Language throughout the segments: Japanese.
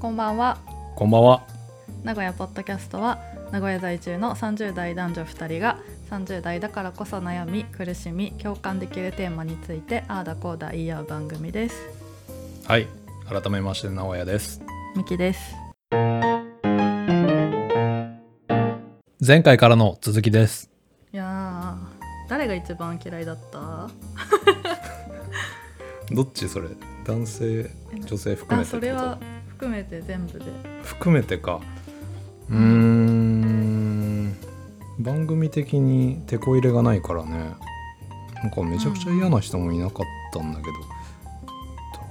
こんばんはこんばんは。名古屋ポッドキャストは名古屋在住の30代男女2人が30代だからこそ悩み苦しみ共感できるテーマについてああだこうだ言い合う番組ですはい。改めまして、直哉です。みきです前回からの続きです。いやー誰が一番嫌いだったどっちそれ男性、女性含あめてそってれこは含めて全部でと含めてか。うーん。番組的に手こ入れがないからね。なんかめちゃくちゃ嫌な人もいなかったんだけど。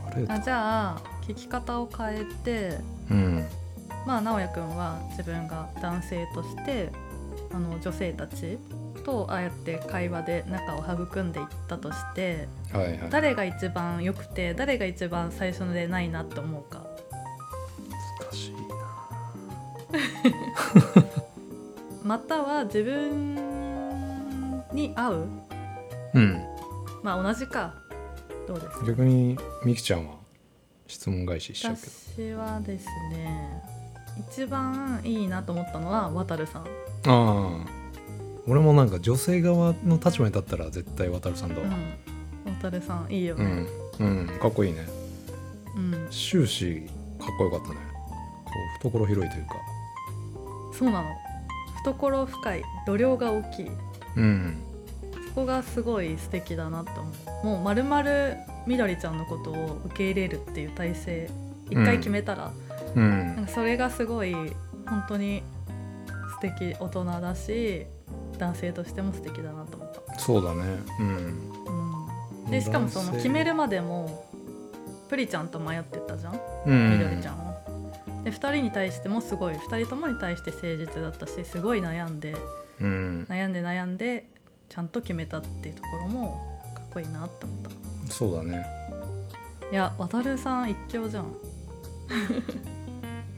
誰あだじゃあ聞き方を変えてうん。まあ直哉くんは自分が男性としてあの女性たちとああやって会話で仲を育んでいったとしてはいはい。難誰が一番良くて誰が一番最初のでないなって思うかしいな。または自分に合ううん。まあ同じかどうですか逆に、みきちゃんは質問返ししちゃうけど。私はですね一番いいなと思ったのは渡るさん、ああ俺もなんか女性側の立場に立ったら絶対渡るさんだうわん、渡るさんいいようね、ん、うんかっこいいねうん、終始かっこよかったねこう懐広いというかそうなの懐深い度量が大きいうんそこがすごい素敵だなと思うもうまるまるみどりちゃんのことを受け入れるっていう体制一回決めたら、うなんんかそれがすごい本当に素敵大人だし男性としても素敵だなと思っそうだねうんた、うん、でしかもその男性決めるまでもプリちゃんと迷ってたじゃんうんみどりちゃんを。で2人に対してもすごい2人ともに対して誠実だったしすごい悩んでうん悩んで悩んでちゃんと決めたっていうところもかっこいいなって思ったそうだねいや渡るさん一強じゃん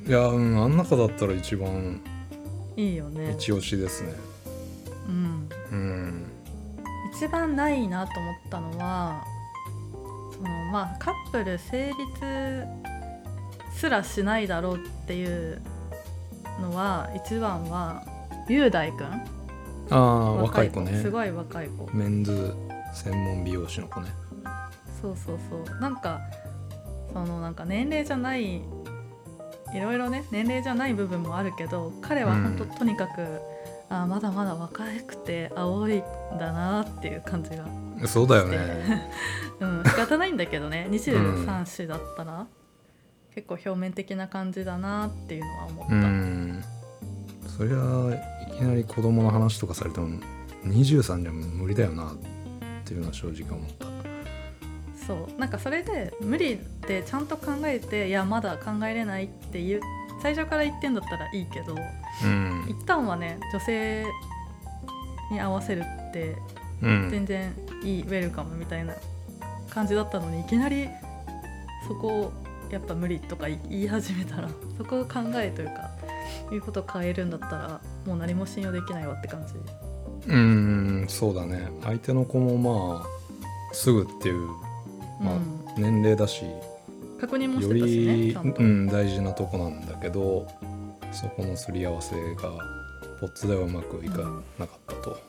いやうんあん中だったら一番いいよね一押しですねうん、うん一番ないなと思ったのはそのまあカップル成立すらしないだろうっていうのは一番は雄大くんああ若い子ねすごい若い子メンズ専門美容師の子ねそうそうそうなんかそのなんか年齢じゃないいろいろね年齢じゃない部分もあるけど彼は本当、うんとにかくあまだまだ若くて青いんだなっていう感じが、そうだよねうん、仕方ないんだけどねう23歳だったら、結構表面的な感じだなっていうのは思った、うんそりゃいきなり子供の話とかされても23じゃ無理だよなっていうのは正直思ったそうなんかそれで無理ってちゃんと考えていやまだ考えれないっていう最初から言ってんだったらいいけどうん、一旦はね女性に合わせるってうん、全然いい、ウェルカムみたいな感じだったのにいきなりそこをやっぱ無理とか言い言い始めたら そこを考えというかいうことを変えるんだったらもう何も信用できないわって感じうんそうだね相手の子もまあすぐっていう、まあう年齢だし、ん、確認もしよてたしねり、ちゃんと、うん、大事なとこなんだけどそこのすり合わせがポッツではうまくいかなかったと、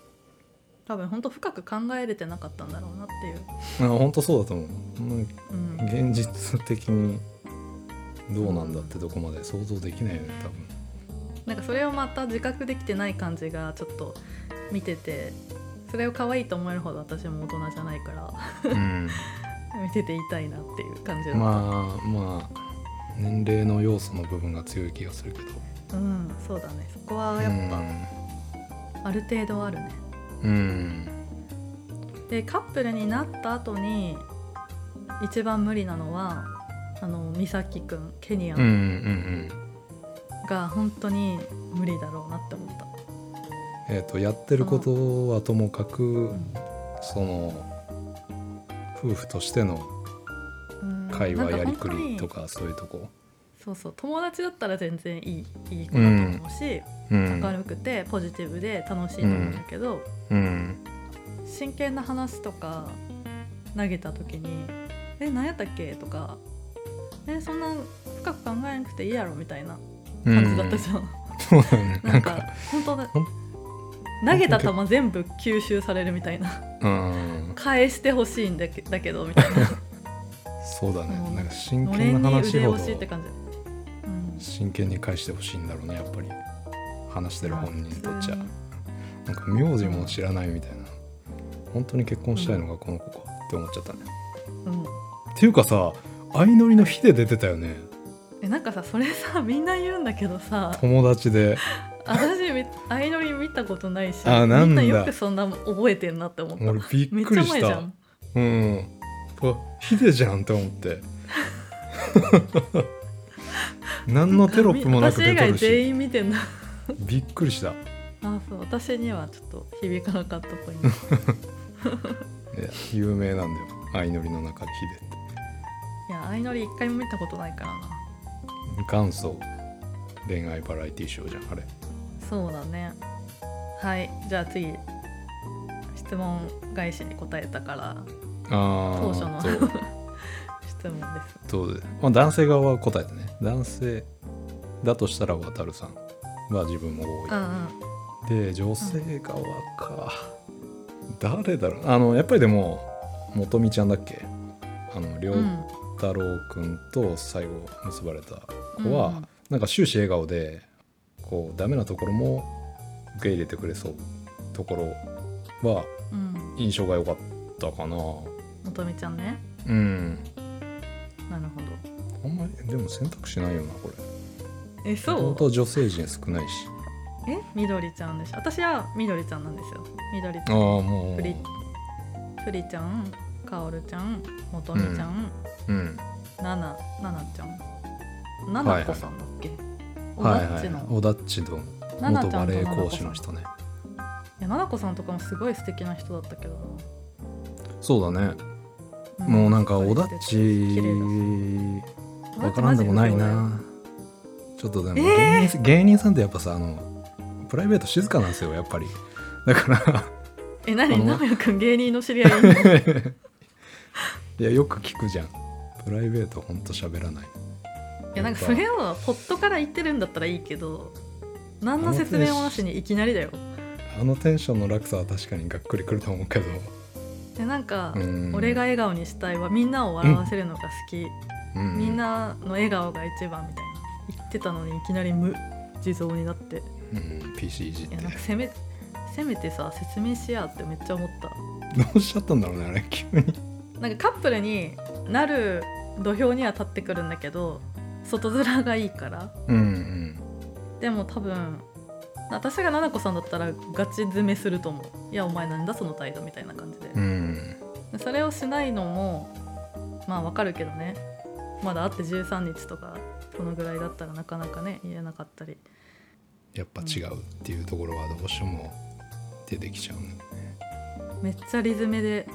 多分本当深く考えれてなかったんだろうなっていう、あ本当そうだと思ううんうん、現実的にどうなんだってとこまで想像できないよね多分なんかそれをまた自覚できてない感じがちょっと見ててそれを可愛いと思えるほど私も大人じゃないから うん、見てていたいなっていう感じだった、まあまあ年齢の要素の部分が強い気がするけどうんそうだねそこはやっぱある程度あるね、うん、うんでカップルになった後に一番無理なのはあの美咲くんケニアうんうんンうんが本当に無理だろうなって思った、えっ、とやってることはともかくその夫婦としてのうん会話やりくりとなん本当にかそういうとこそうそう友達だったら全然いいいい子だと思うし、うん明るくてポジティブで楽しいと思うんだけど、うん真剣な話とか投げた時に「え何やったっけ?」とか「えそんな深く考えなくていいやろみたいなう感じだっんたじゃん、そうだねななんんかか本当だほん投げた球全部吸収されるみたいな うん返してほしいんだけだけどみたいな そうだもねうなんか真のれ剣んなに話腕ほ押どしって感じ、うん、真剣に返してほしいんだろうねやっぱり話してる本人にとっちゃまあなんか名字も知らないみたいな本当に結婚したいのがこの子かって思っちゃったねうん、っていうかさ相乗りの日で出てたよねえなんかさそれさ みんな言うんだけどさ友達で私み相乗り見たことないしあなんだみんなよくそんな覚えてんなって思った俺びっめっくちゃりし前じゃたんうんあヒデじゃんって思って 何のテロップもなく私出以て外るし全員見てんだびっくりしたいあそう 私にはちょっと響かなかったポイン トや有名なんだよ相乗りの中でヒデっていや相乗り一回も見たことないからな元祖恋愛バラエティショーじゃんあれそうだねはいじゃあ次質問返しに答えたからああ当初のそう質問ですそうでまあ、男性側は答えてね男性だとしたら渡るさんは自分もうんう多んいで女性側か、誰だろうあのやっぱりでも元美ちゃんだっけあの良うん太郎くんと最後結ばれた子は、なんか終始笑顔でこうダメなところも受け入れてくれそうところはうんうん印象が良かったかなもとみちゃんねうんなるほどあんまりでも選択肢ないよなこれえそ本う当は女性陣少ないしえみどりちゃんでしょ私はみどりちゃんなんですよみどりちああゃんもうプリプリちゃんかおるちゃんもとみちゃん、うんななななちゃんななこさんだっけ、はいおなっはちいの、オダッチのなな元ちゃバんとレエなな講こ師さんの人ねいやななこさんとかもすごい素敵な人だったけどそうだね、な、もうなんんかオダッ綺麗チだわからんでもないオダッチマジ不良だよなちょっとでも芸人,、え芸人さんってやっぱさあのプライベート静かなんですよやっぱりだから えあ何のなおやくん芸人の知り合 いいんのいやよく聞くじゃんプライベートほんと喋らないいやなんかそれをポットから言ってるんだったらいいけど何の説明もなしにいきなりだよあのテンションの落差は確かにがっくりくると思うけどでなんか、うん俺が笑顔にしたいはみんなを笑わせるのが好き、うみんなの笑顔が一番みたいな言ってたのにいきなり無地蔵になっていうん、PC いじってやなんかせめせめてさ説明しやってめっちゃ思っどうしちゃったんだろうねあれ急にたなんかカップルになる土俵には立ってくるんだけど外面がいいからうんでも多分私が奈々子さんだったらガチ詰めすると思ういやお前なんだその態度みたいな感じでうんうんでそれをしないのもまあわかるけどねまだ会って13日とかそのぐらいだったらなかなかね言えなかったりやっぱ違うっていうところはどうしても出てきちゃうねめっちゃリズムで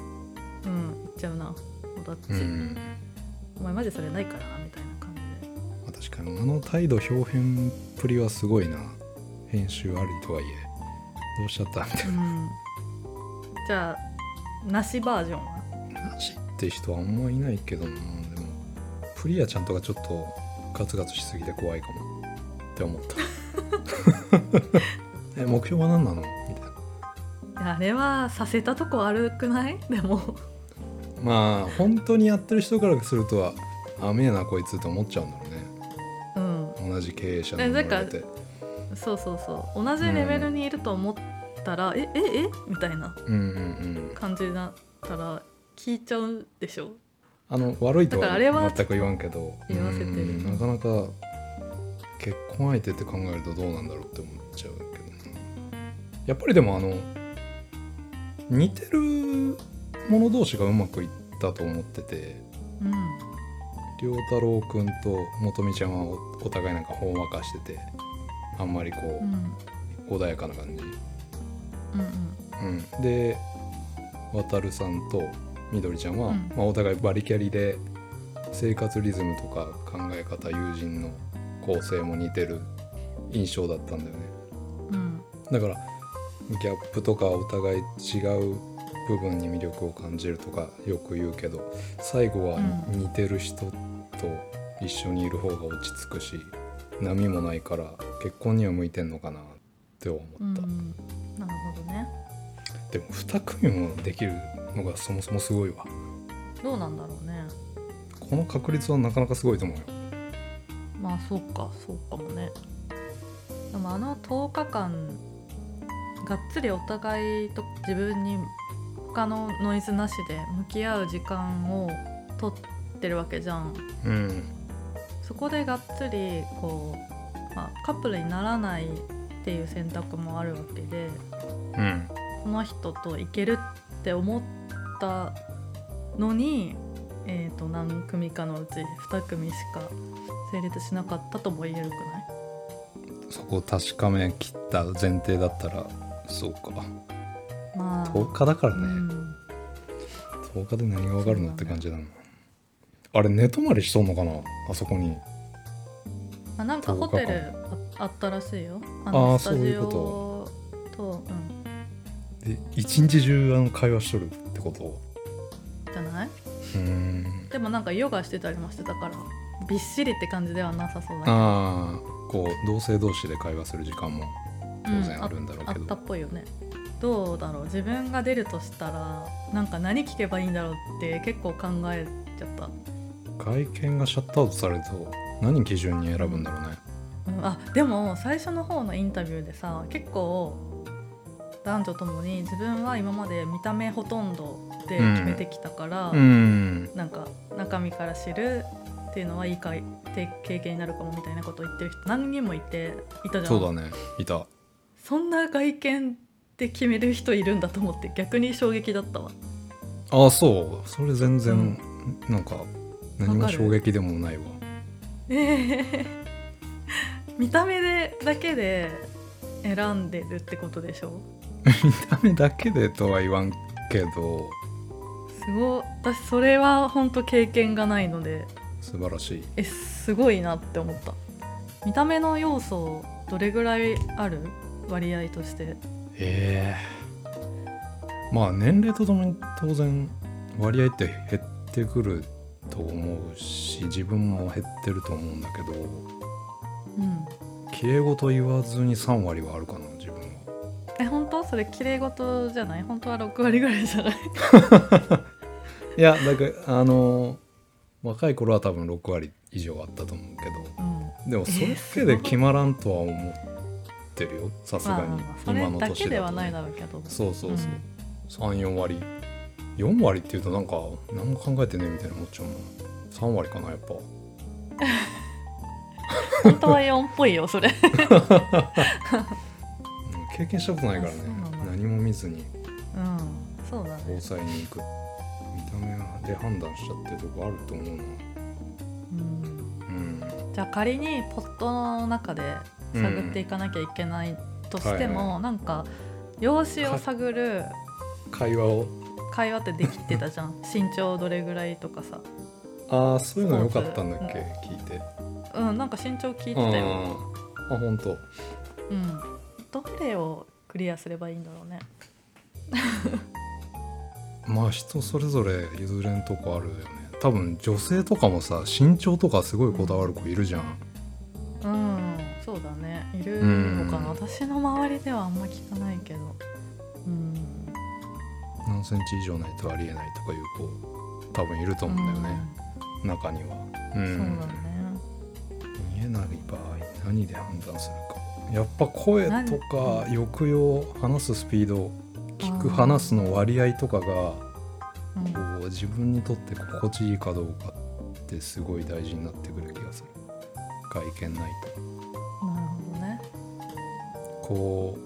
うん言っちゃうなおだっち、うん、お前マジそれないからなみたいな感じでまあ確かにあの態度表変っぷりはすごいな編集ありとはいえどうしちゃったみたいうんじゃあなしバージョンはな話って人はあんまいないけどなでもプリアちゃんとかちょっとガツガツしすぎて怖いかもって思った え目標は何なのみたいないやあれはさせたとこ悪くないでもまあ本当にやってる人からするとは甘えなこいつって思っちゃうんだろうねうん同じ経営者にえ生なまんかれてそうそうそう同じレベルにいると思ったら、えええみたいなうんうんうん感じだったら聞いちゃうでしょあの悪いとだからあれはは全く言わんけど言わせてるうんなかなか結婚相手って考えるとどうなんだろうって思っちゃうけどなやっぱりでもあの似てる者同士がうまくいったと思っててうん良太郎くんと元美ちゃんはおお互いなんかほんわかしててあんまりこうんう穏やかな感じ、うんうんうん、で渡るさんとみどりちゃんは、うんまあ、お互いバリキャリで生活リズムとか考え方友人の構成も似てる印象だったんだよねうんだからギャップとかお互い違う部分に魅力を感じるとかよく言うけど最後はうん似てる人と一緒にいる方が落ち着くし、波もないから結婚には向いてんのかなって思うった、んなるほどねでも2組もできるのがそもそもすごいわどうなんだろうねこの確率はなかなかすごいと思うよまあそうかそうかもねでもあの10日間がっつりお互いと自分に他のノイズなしで向き合う時間を取ってるわけじゃんうんそこでがっつりこう、まあ、カップルにならないっていう選択もあるわけでうんこの人といけるって思ったのに、えー、と何組かのうち2組しか成立しなかったとも言えるくないそこを確かめきった前提だったらそうかまあ、 10日だからうね、ん、 10日で何が分かるのってそうだね感じだなあれ寝泊まりしとんのかなあそこにあなんか10日ホテルああったらしいよあのあースタジオそとうんで一日中あの会話しとるってことじゃないうーんでもなんかヨガしてたりもしてたからびっしりって感じではなさそうだけどああこう同性同士で会話する時間も当う然んあるんだろうあけったど、っぽいよねどうだろう自分が出るとしたらなんか何聞けばいいんだろうって結構考えちゃった、外見がシャットアウトされると何基準に選ぶんだろうねうん、あでも最初の方のインタビューでさ結構男女ともに自分は今まで見た目ほとんどで決めてきたから、うんなんか中身から知るっていうのはいいかいて経験になるかもみたいなことを言ってる人何人もいていたじゃんそうだねいたそんな外見で決める人いるんだと思って逆に衝撃だったわああそうそれ全然、なんか何もわかる衝撃でもないわえー 見た目でだけで選んでるってことでしょ見た目だけでとは言わんけどすごい私それは本当経験がないので素晴らしいえすごいなって思った見た目の要素どれぐらいある割合としてええまあ年齢とともに当然割合って減ってくると思うし自分も減ってると思うんだけどうん綺麗事言わずに3割はあるかな自分はえ本当それ綺麗事じゃない本当は6割ぐらいじゃないいやだからあの若い頃は多分6割以上あったと思うけどうんでもそれだけすごでい決まらんとは思ってるよさすがにそ今れのだ年けでだはと、ないね、だろうけどそうそううんそう、34割4割っていうとなんか何も考えてねえみたいな思っちゃうもん3割かなやっぱ本当は4っぽいよそれうん経験したことないからねあそうなんだ何も見ずにうんそうだ防ね災に行く見た目で判断しちゃってるとこあると思うなうんうんじゃあ仮にポットの中で探っていかなきゃいけないとしてうんはいも、なんか容姿を探る会話を会話ってできてたじゃん身長どれぐらいとかさああそういうの良かったんだっけ聞いてうんなんか身長聞いてあたよーあ本当うんどれをクリアすればいいんだろうねまあ人それぞれ譲れんとこあるよね多分女性とかもさ身長とかすごいこだわる子いるじゃんうんそうだねいるのかな、うん私の周りではあんま聞かないけどうん何センチ以上ないとありえないとかいう子多分いると思うんだよね、中にはううんんそうだね見えない場合何で判断するかやっぱ声とか抑揚話すスピード聞あーく話すの割合とかがうんこう自分にとって心地いいかどうかってすごい大事になってくる気がする外見ないとなるほどねこう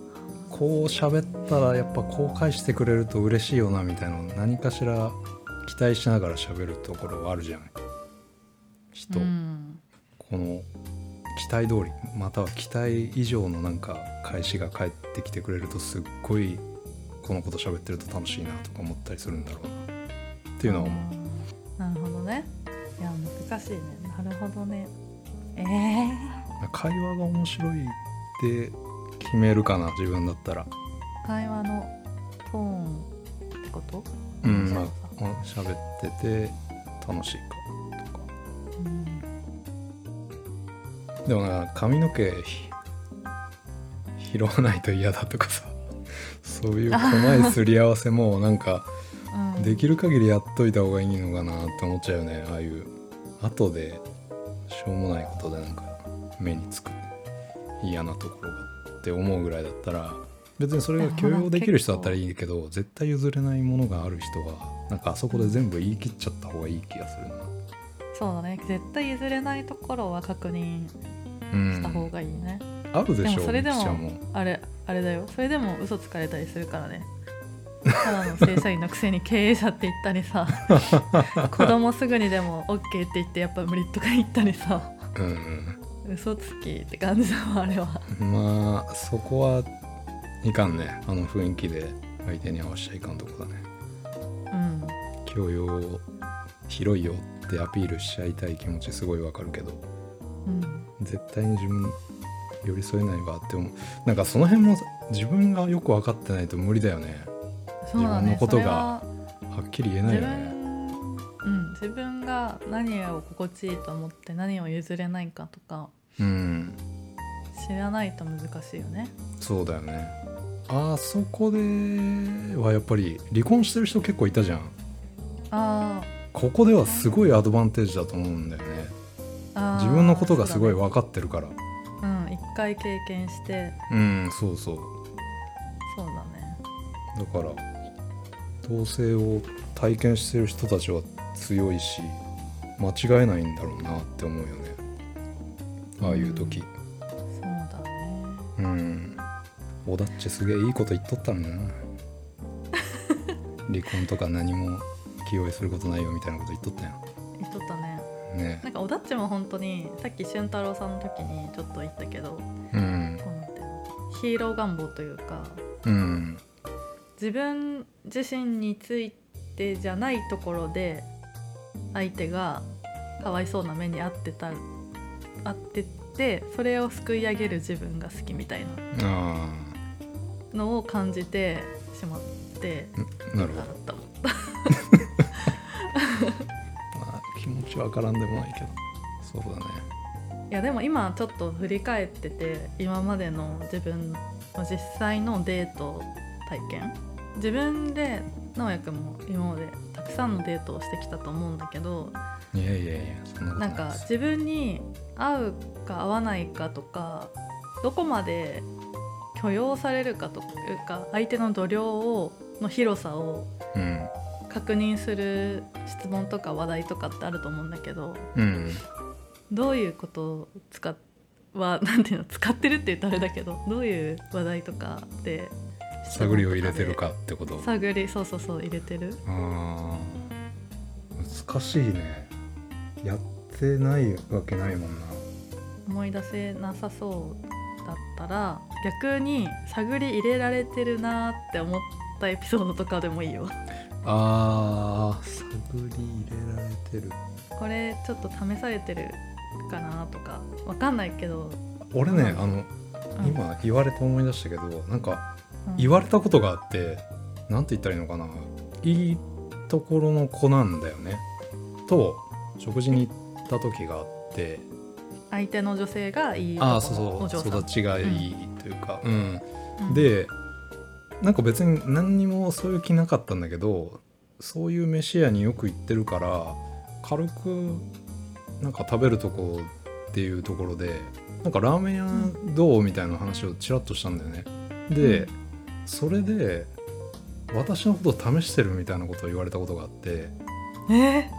こう喋ったらやっぱこう返してくれると嬉しいよなみたいなの何かしら期待しながら喋るところはあるじゃない人、うんこの期待通りまたは期待以上のなんか返しが返ってきてくれるとすっごいこのこと喋ってると楽しいなとか思ったりするんだろうなっていうのは思うあーなるほどねいや難しいねなるほどねえー、会話が面白いで決めるかな自分だったら会話のトーンってことうんま面あ白さ喋ってて楽しいかとかうんでもな髪の毛ひ拾わないと嫌だとかさそういう細いすり合わせもなんかうん、できる限りやっといた方がいいのかなって思っちゃうよねああいう後でしょうもないことでなんか目につく嫌なところがって思うぐらいだったら別にそれが許容できる人だったらいいけど絶対譲れないものがある人はなんかあそこで全部言い切っちゃった方がいい気がするな。そうだね絶対譲れないところは確認うん、した方がいいね、あるででしもょそれでみきちゃんもあれあれだよそれでも嘘つかれたりするからねただの正社員のくせに経営者って言ったり さ子供すぐにでも OK って言ってやっぱ無理とか言ったりさうん嘘つきって感じだもんあれはうん、まあそこはいかんねあの雰囲気で相手に合わせちゃいかんとこだねうん教養広いよってアピールしちゃいたい気持ちすごいわかるけどうん絶対に自分寄り添えないわって思うなんかその辺も自分がよく分かってないと無理だよねそうだね自分のことがそれははっきり言えない自よね分うん、自分が何を心地いいと思って何を譲れないかとかうん知らないと難しいよねそうだよねあそこではやっぱり離婚してる人結構いたじゃんあここではすごいアドバンテージだと思うんだよねーあー自分のことがすごいそう分かってるからだねうん一回経験してうんそうそうそうだねだから同性を体験してる人たちは強いし間違えないんだろうなって思うよねああいう時そうだねうん、オダッチすげえいいこと言っとったんだな離婚とか何も気負いすることないよみたいなこと言っとったや言っとったねんねなんかおだっちも本当にさっき俊太郎さんの時にちょっと言ったけどうんこうなんていうのヒーロー願望というかうん自分自身についてじゃないところで相手がかわいそうな目に遭ってた遭っててそれを救い上げる自分が好きみたいなあのを感じてしまってあなるほあだど、ったもんまあ、気持ちわからんでもないけどそうだねいやでも今ちょっと振り返ってて今までの自分の実際のデート体験自分で直哉くんも今までたくさんのデートをしてきたと思うんだけどいやいやいやそんななことないんかです自分に合うか合わないかとかどこまで許容されるかというか相手の度量をの広さをうん確認する質問とか話題とかってあると思うんだけどうんどういうことを使っは なんていうの使ってるって言うとあれだけどどういう話題とかで質問と探かでりを入れてるかってこと探りそうそうそう入れてるあー難しいねやってないわけないもんな思い出せなさそうだったら逆に探り入れられてるなーって思ったエピソードとかでもいいよあー探り入れられてるこれちょっと試されてるかなとかわかんないけど、俺うねんあのうん、今言われて思い出したけどなんかうん言われたことがあってなんて言ったらいいのかないいところの子なんだよねと食事に行った時があって相手の女性がいいああところそうお嬢そさうん育ちがいいというかうんうんでなんか別に何にもそういう気なかったんだけどそういう飯屋によく行ってるから軽くなんか食べるとこっていうところでなんかラーメン屋どうみたいな話をちらっとしたんだよねで、うんそれで私のことを試してるみたいなことを言われたことがあってえ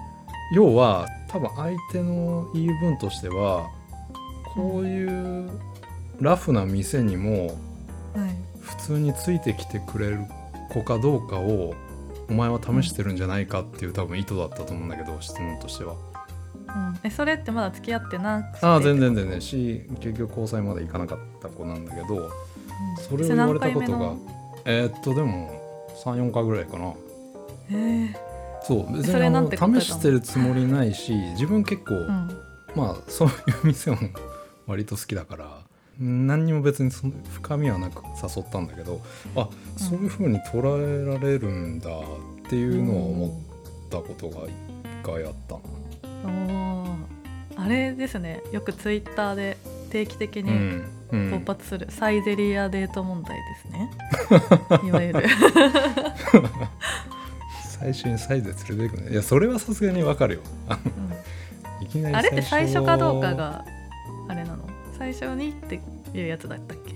要は多分相手の言い分としてはこういうラフな店にもーはい普通についてきてくれる子かどうかをお前は試してるんじゃないかっていう多分意図だったと思うんだけど質問としてはうん、えそれってまだ付き合ってなくてああ全然全然し結局交際までいかなかった子なんだけどうんそれを言われたこそとれが何えーっとでも34回ぐらいかな回目のえそう別それにあなのんて答えたの試してるつもりないし自分結構、ーうんまあ そういう店も割と好きだから何にも別にその深みはなく誘ったんだけどあそういう風に捉えられるんだっていうのは思っったことが一回あったなおーあれですねよくツイッターで定期的うにんうん勃発する、サイゼリアデート問題です ねいわゆる最初にサイズで連れていくねいやそれはさすがにわかるようんいきなりあれって最初かどうかがあれなの最初にっていうやつだったっけ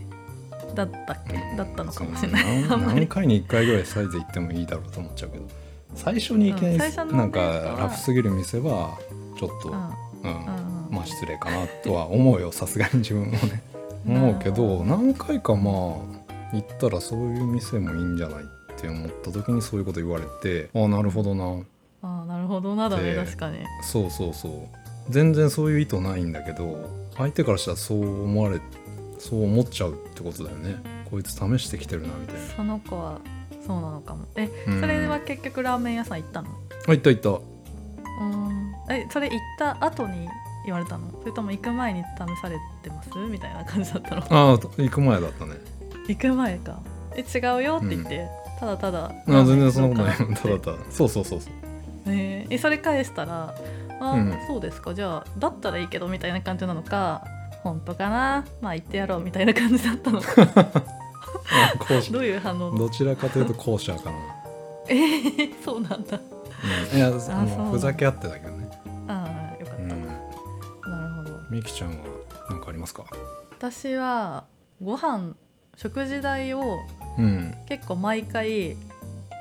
だったっけ、うんだったのかもしれない そうあんま何り回に1回ぐらいサイズ行ってもいいだろうと思っちゃうけど最初にいきなり、うん最初のねなんかやつはラフすぎる店はちょっと、ううんんうんうんまあ失礼かなとは思うよさすがに自分も ね思うけど何回かまあ行ったらそういう店もいいんじゃないって思った時にそういうこと言われてああなるほどなああなるほどなだねで確かにそうそうそう全然そういう意図ないんだけど相手からしたらそう思われそう思っちゃうってことだよねこいつ試してきてるなみたいなその子はそうなのかもえうんそれは結局ラーメン屋さん行ったのあ行った行ったうんえそれ行った後に言われたのそれとも行く前に試されてますみたいな感じだったのああ行く前だったね行く前かえ違うよって言って、ただただあ全然そんなラーこメとンな行いたこうだかただそうそうそうそうえーえそれ返したら「あ、うんそうですかじゃあだったらいいけど」みたいな感じなのか「本当かなまあ言ってやろう」みたいな感じだったの かあ後者どういう反応どちらかというと後者かな、えー、そうなんだうん、いやそあそうのふざけ合ってたけどねああよかっうた、んなるほどみきちゃんは何かありますか私はご飯食事代をうん結構毎回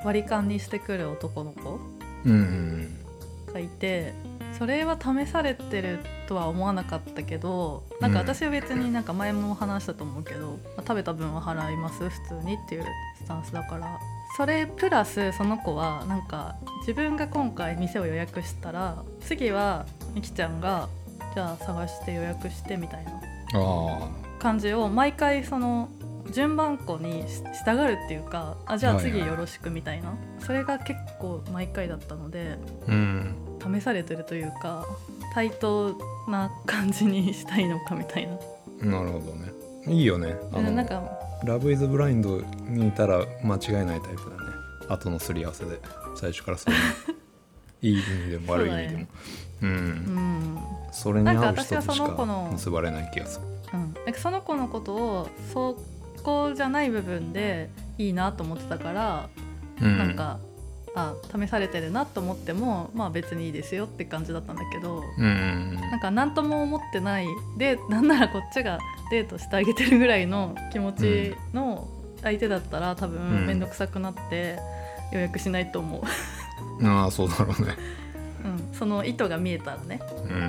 割り勘にしてくる男の子うんうんがいてそれは試されてるとは思わなかったけどなんかうん私は別になんか前も話したと思うけど、まあ食べた分は払います普通にっていうスタンスだからそれプラスその子はなんか自分が今回店を予約したら次はみきちゃんがじゃあ探して予約してみたいなあ感じを毎回その順番こにし従うっていうかあじゃあ次よろしくみたいな、それが結構毎回だったので。あうん試されてるというか対等な感じにしたいのかみたいななるほどねいいよねあのなんかラブイズブラインドにいたら間違いないタイプだね後のすり合わせで最初からそういうの いい意味でも悪い意味でもううんん、それに合う人なんとか私はしその子かの結ばれない気がすうるん、なんかその子のことをそこじゃない部分でいいなと思ってたから、うんなんかあ試されてるなと思ってもまあ別にいいですよって感じだったんだけど、うんうんなんか何とも思ってないでなんならこっちがデートしてあげてるぐらいの気持ちの相手だったら多うん分面倒くさくなって予約しないと思う、うんああそうだろうねうん、その意図が見えたらね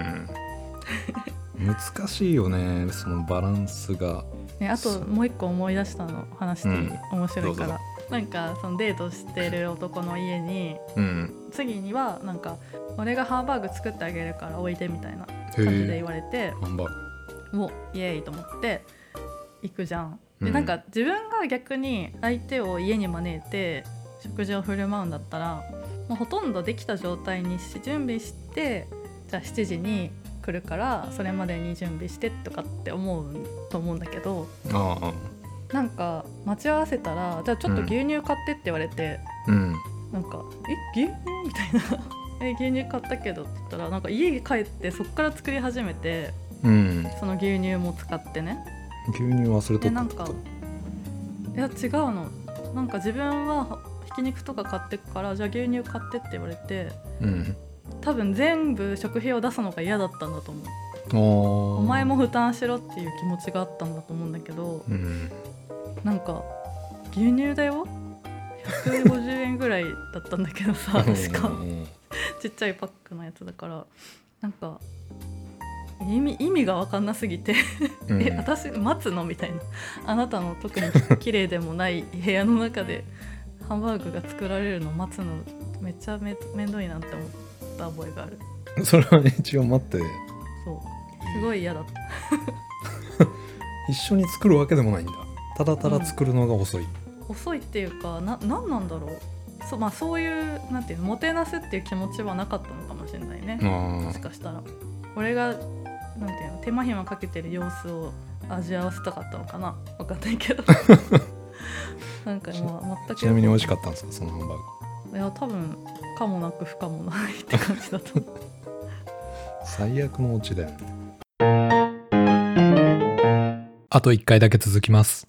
うん難しいよねそのバランスがね、あそとうもう一個思い出したの話していい、うん面白いかどうらなんかそのデートしてる男の家にうん次にはなんか俺がハンバーグ作ってあげるからおいでみたいなへ感じで言えわれてハンバーグもうイエーイと思って行くじゃん。で、うんなんか自分が逆に相手を家に招いて食事を振る舞うんだったらもうほとんどできた状態にし準備してじゃあ7時に来るからそれまでに準備してとかって思うと思うんだけど。ああなんか待ち合わせたら「じゃあちょっと牛乳買って」って言われて、うんなんか「え牛乳?」 みたいな「え牛乳買ったけど」って言ったらなんか家に帰ってそっから作り始めてうんその牛乳も使ってね牛乳忘れとでっなたんってこかといや違うのなんか自分はひき肉とか買ってくからじゃあ牛乳買ってって言われてうん多分全部食費を出すのが嫌だったんだと思うあおお前も負担しろっていう気持ちがあったんだと思うんだけど うんなんか牛乳だよ150円ぐらいだったんだけどさしかうんうんうんちっちゃいパックのやつだからなんか意味意味が分かんなすぎてう「んえ私待つの?」みたいなあなたの特に綺麗でもない部屋の中でハンバーグが作られるの待つのめっちゃめめんどいなって思った覚えがある それは一応待ってそうすごい嫌だった一緒に作るわけでもないんだただただ作るのが遅い、遅いっていうかな何なんだろうそう,、まあ、そういうなんていうのもてなすっていう気持ちはなかったのかもしれないね、あもしかしたら俺がなんていうの手間暇かけてる様子を味わわせたかったのかな分かんない けどなんかまあ全あくちなみに美味しかかったんですかそのハンバーグいや多分かもなく不可もないって感じだと思う最悪のオチだよねあと1回だけ続きます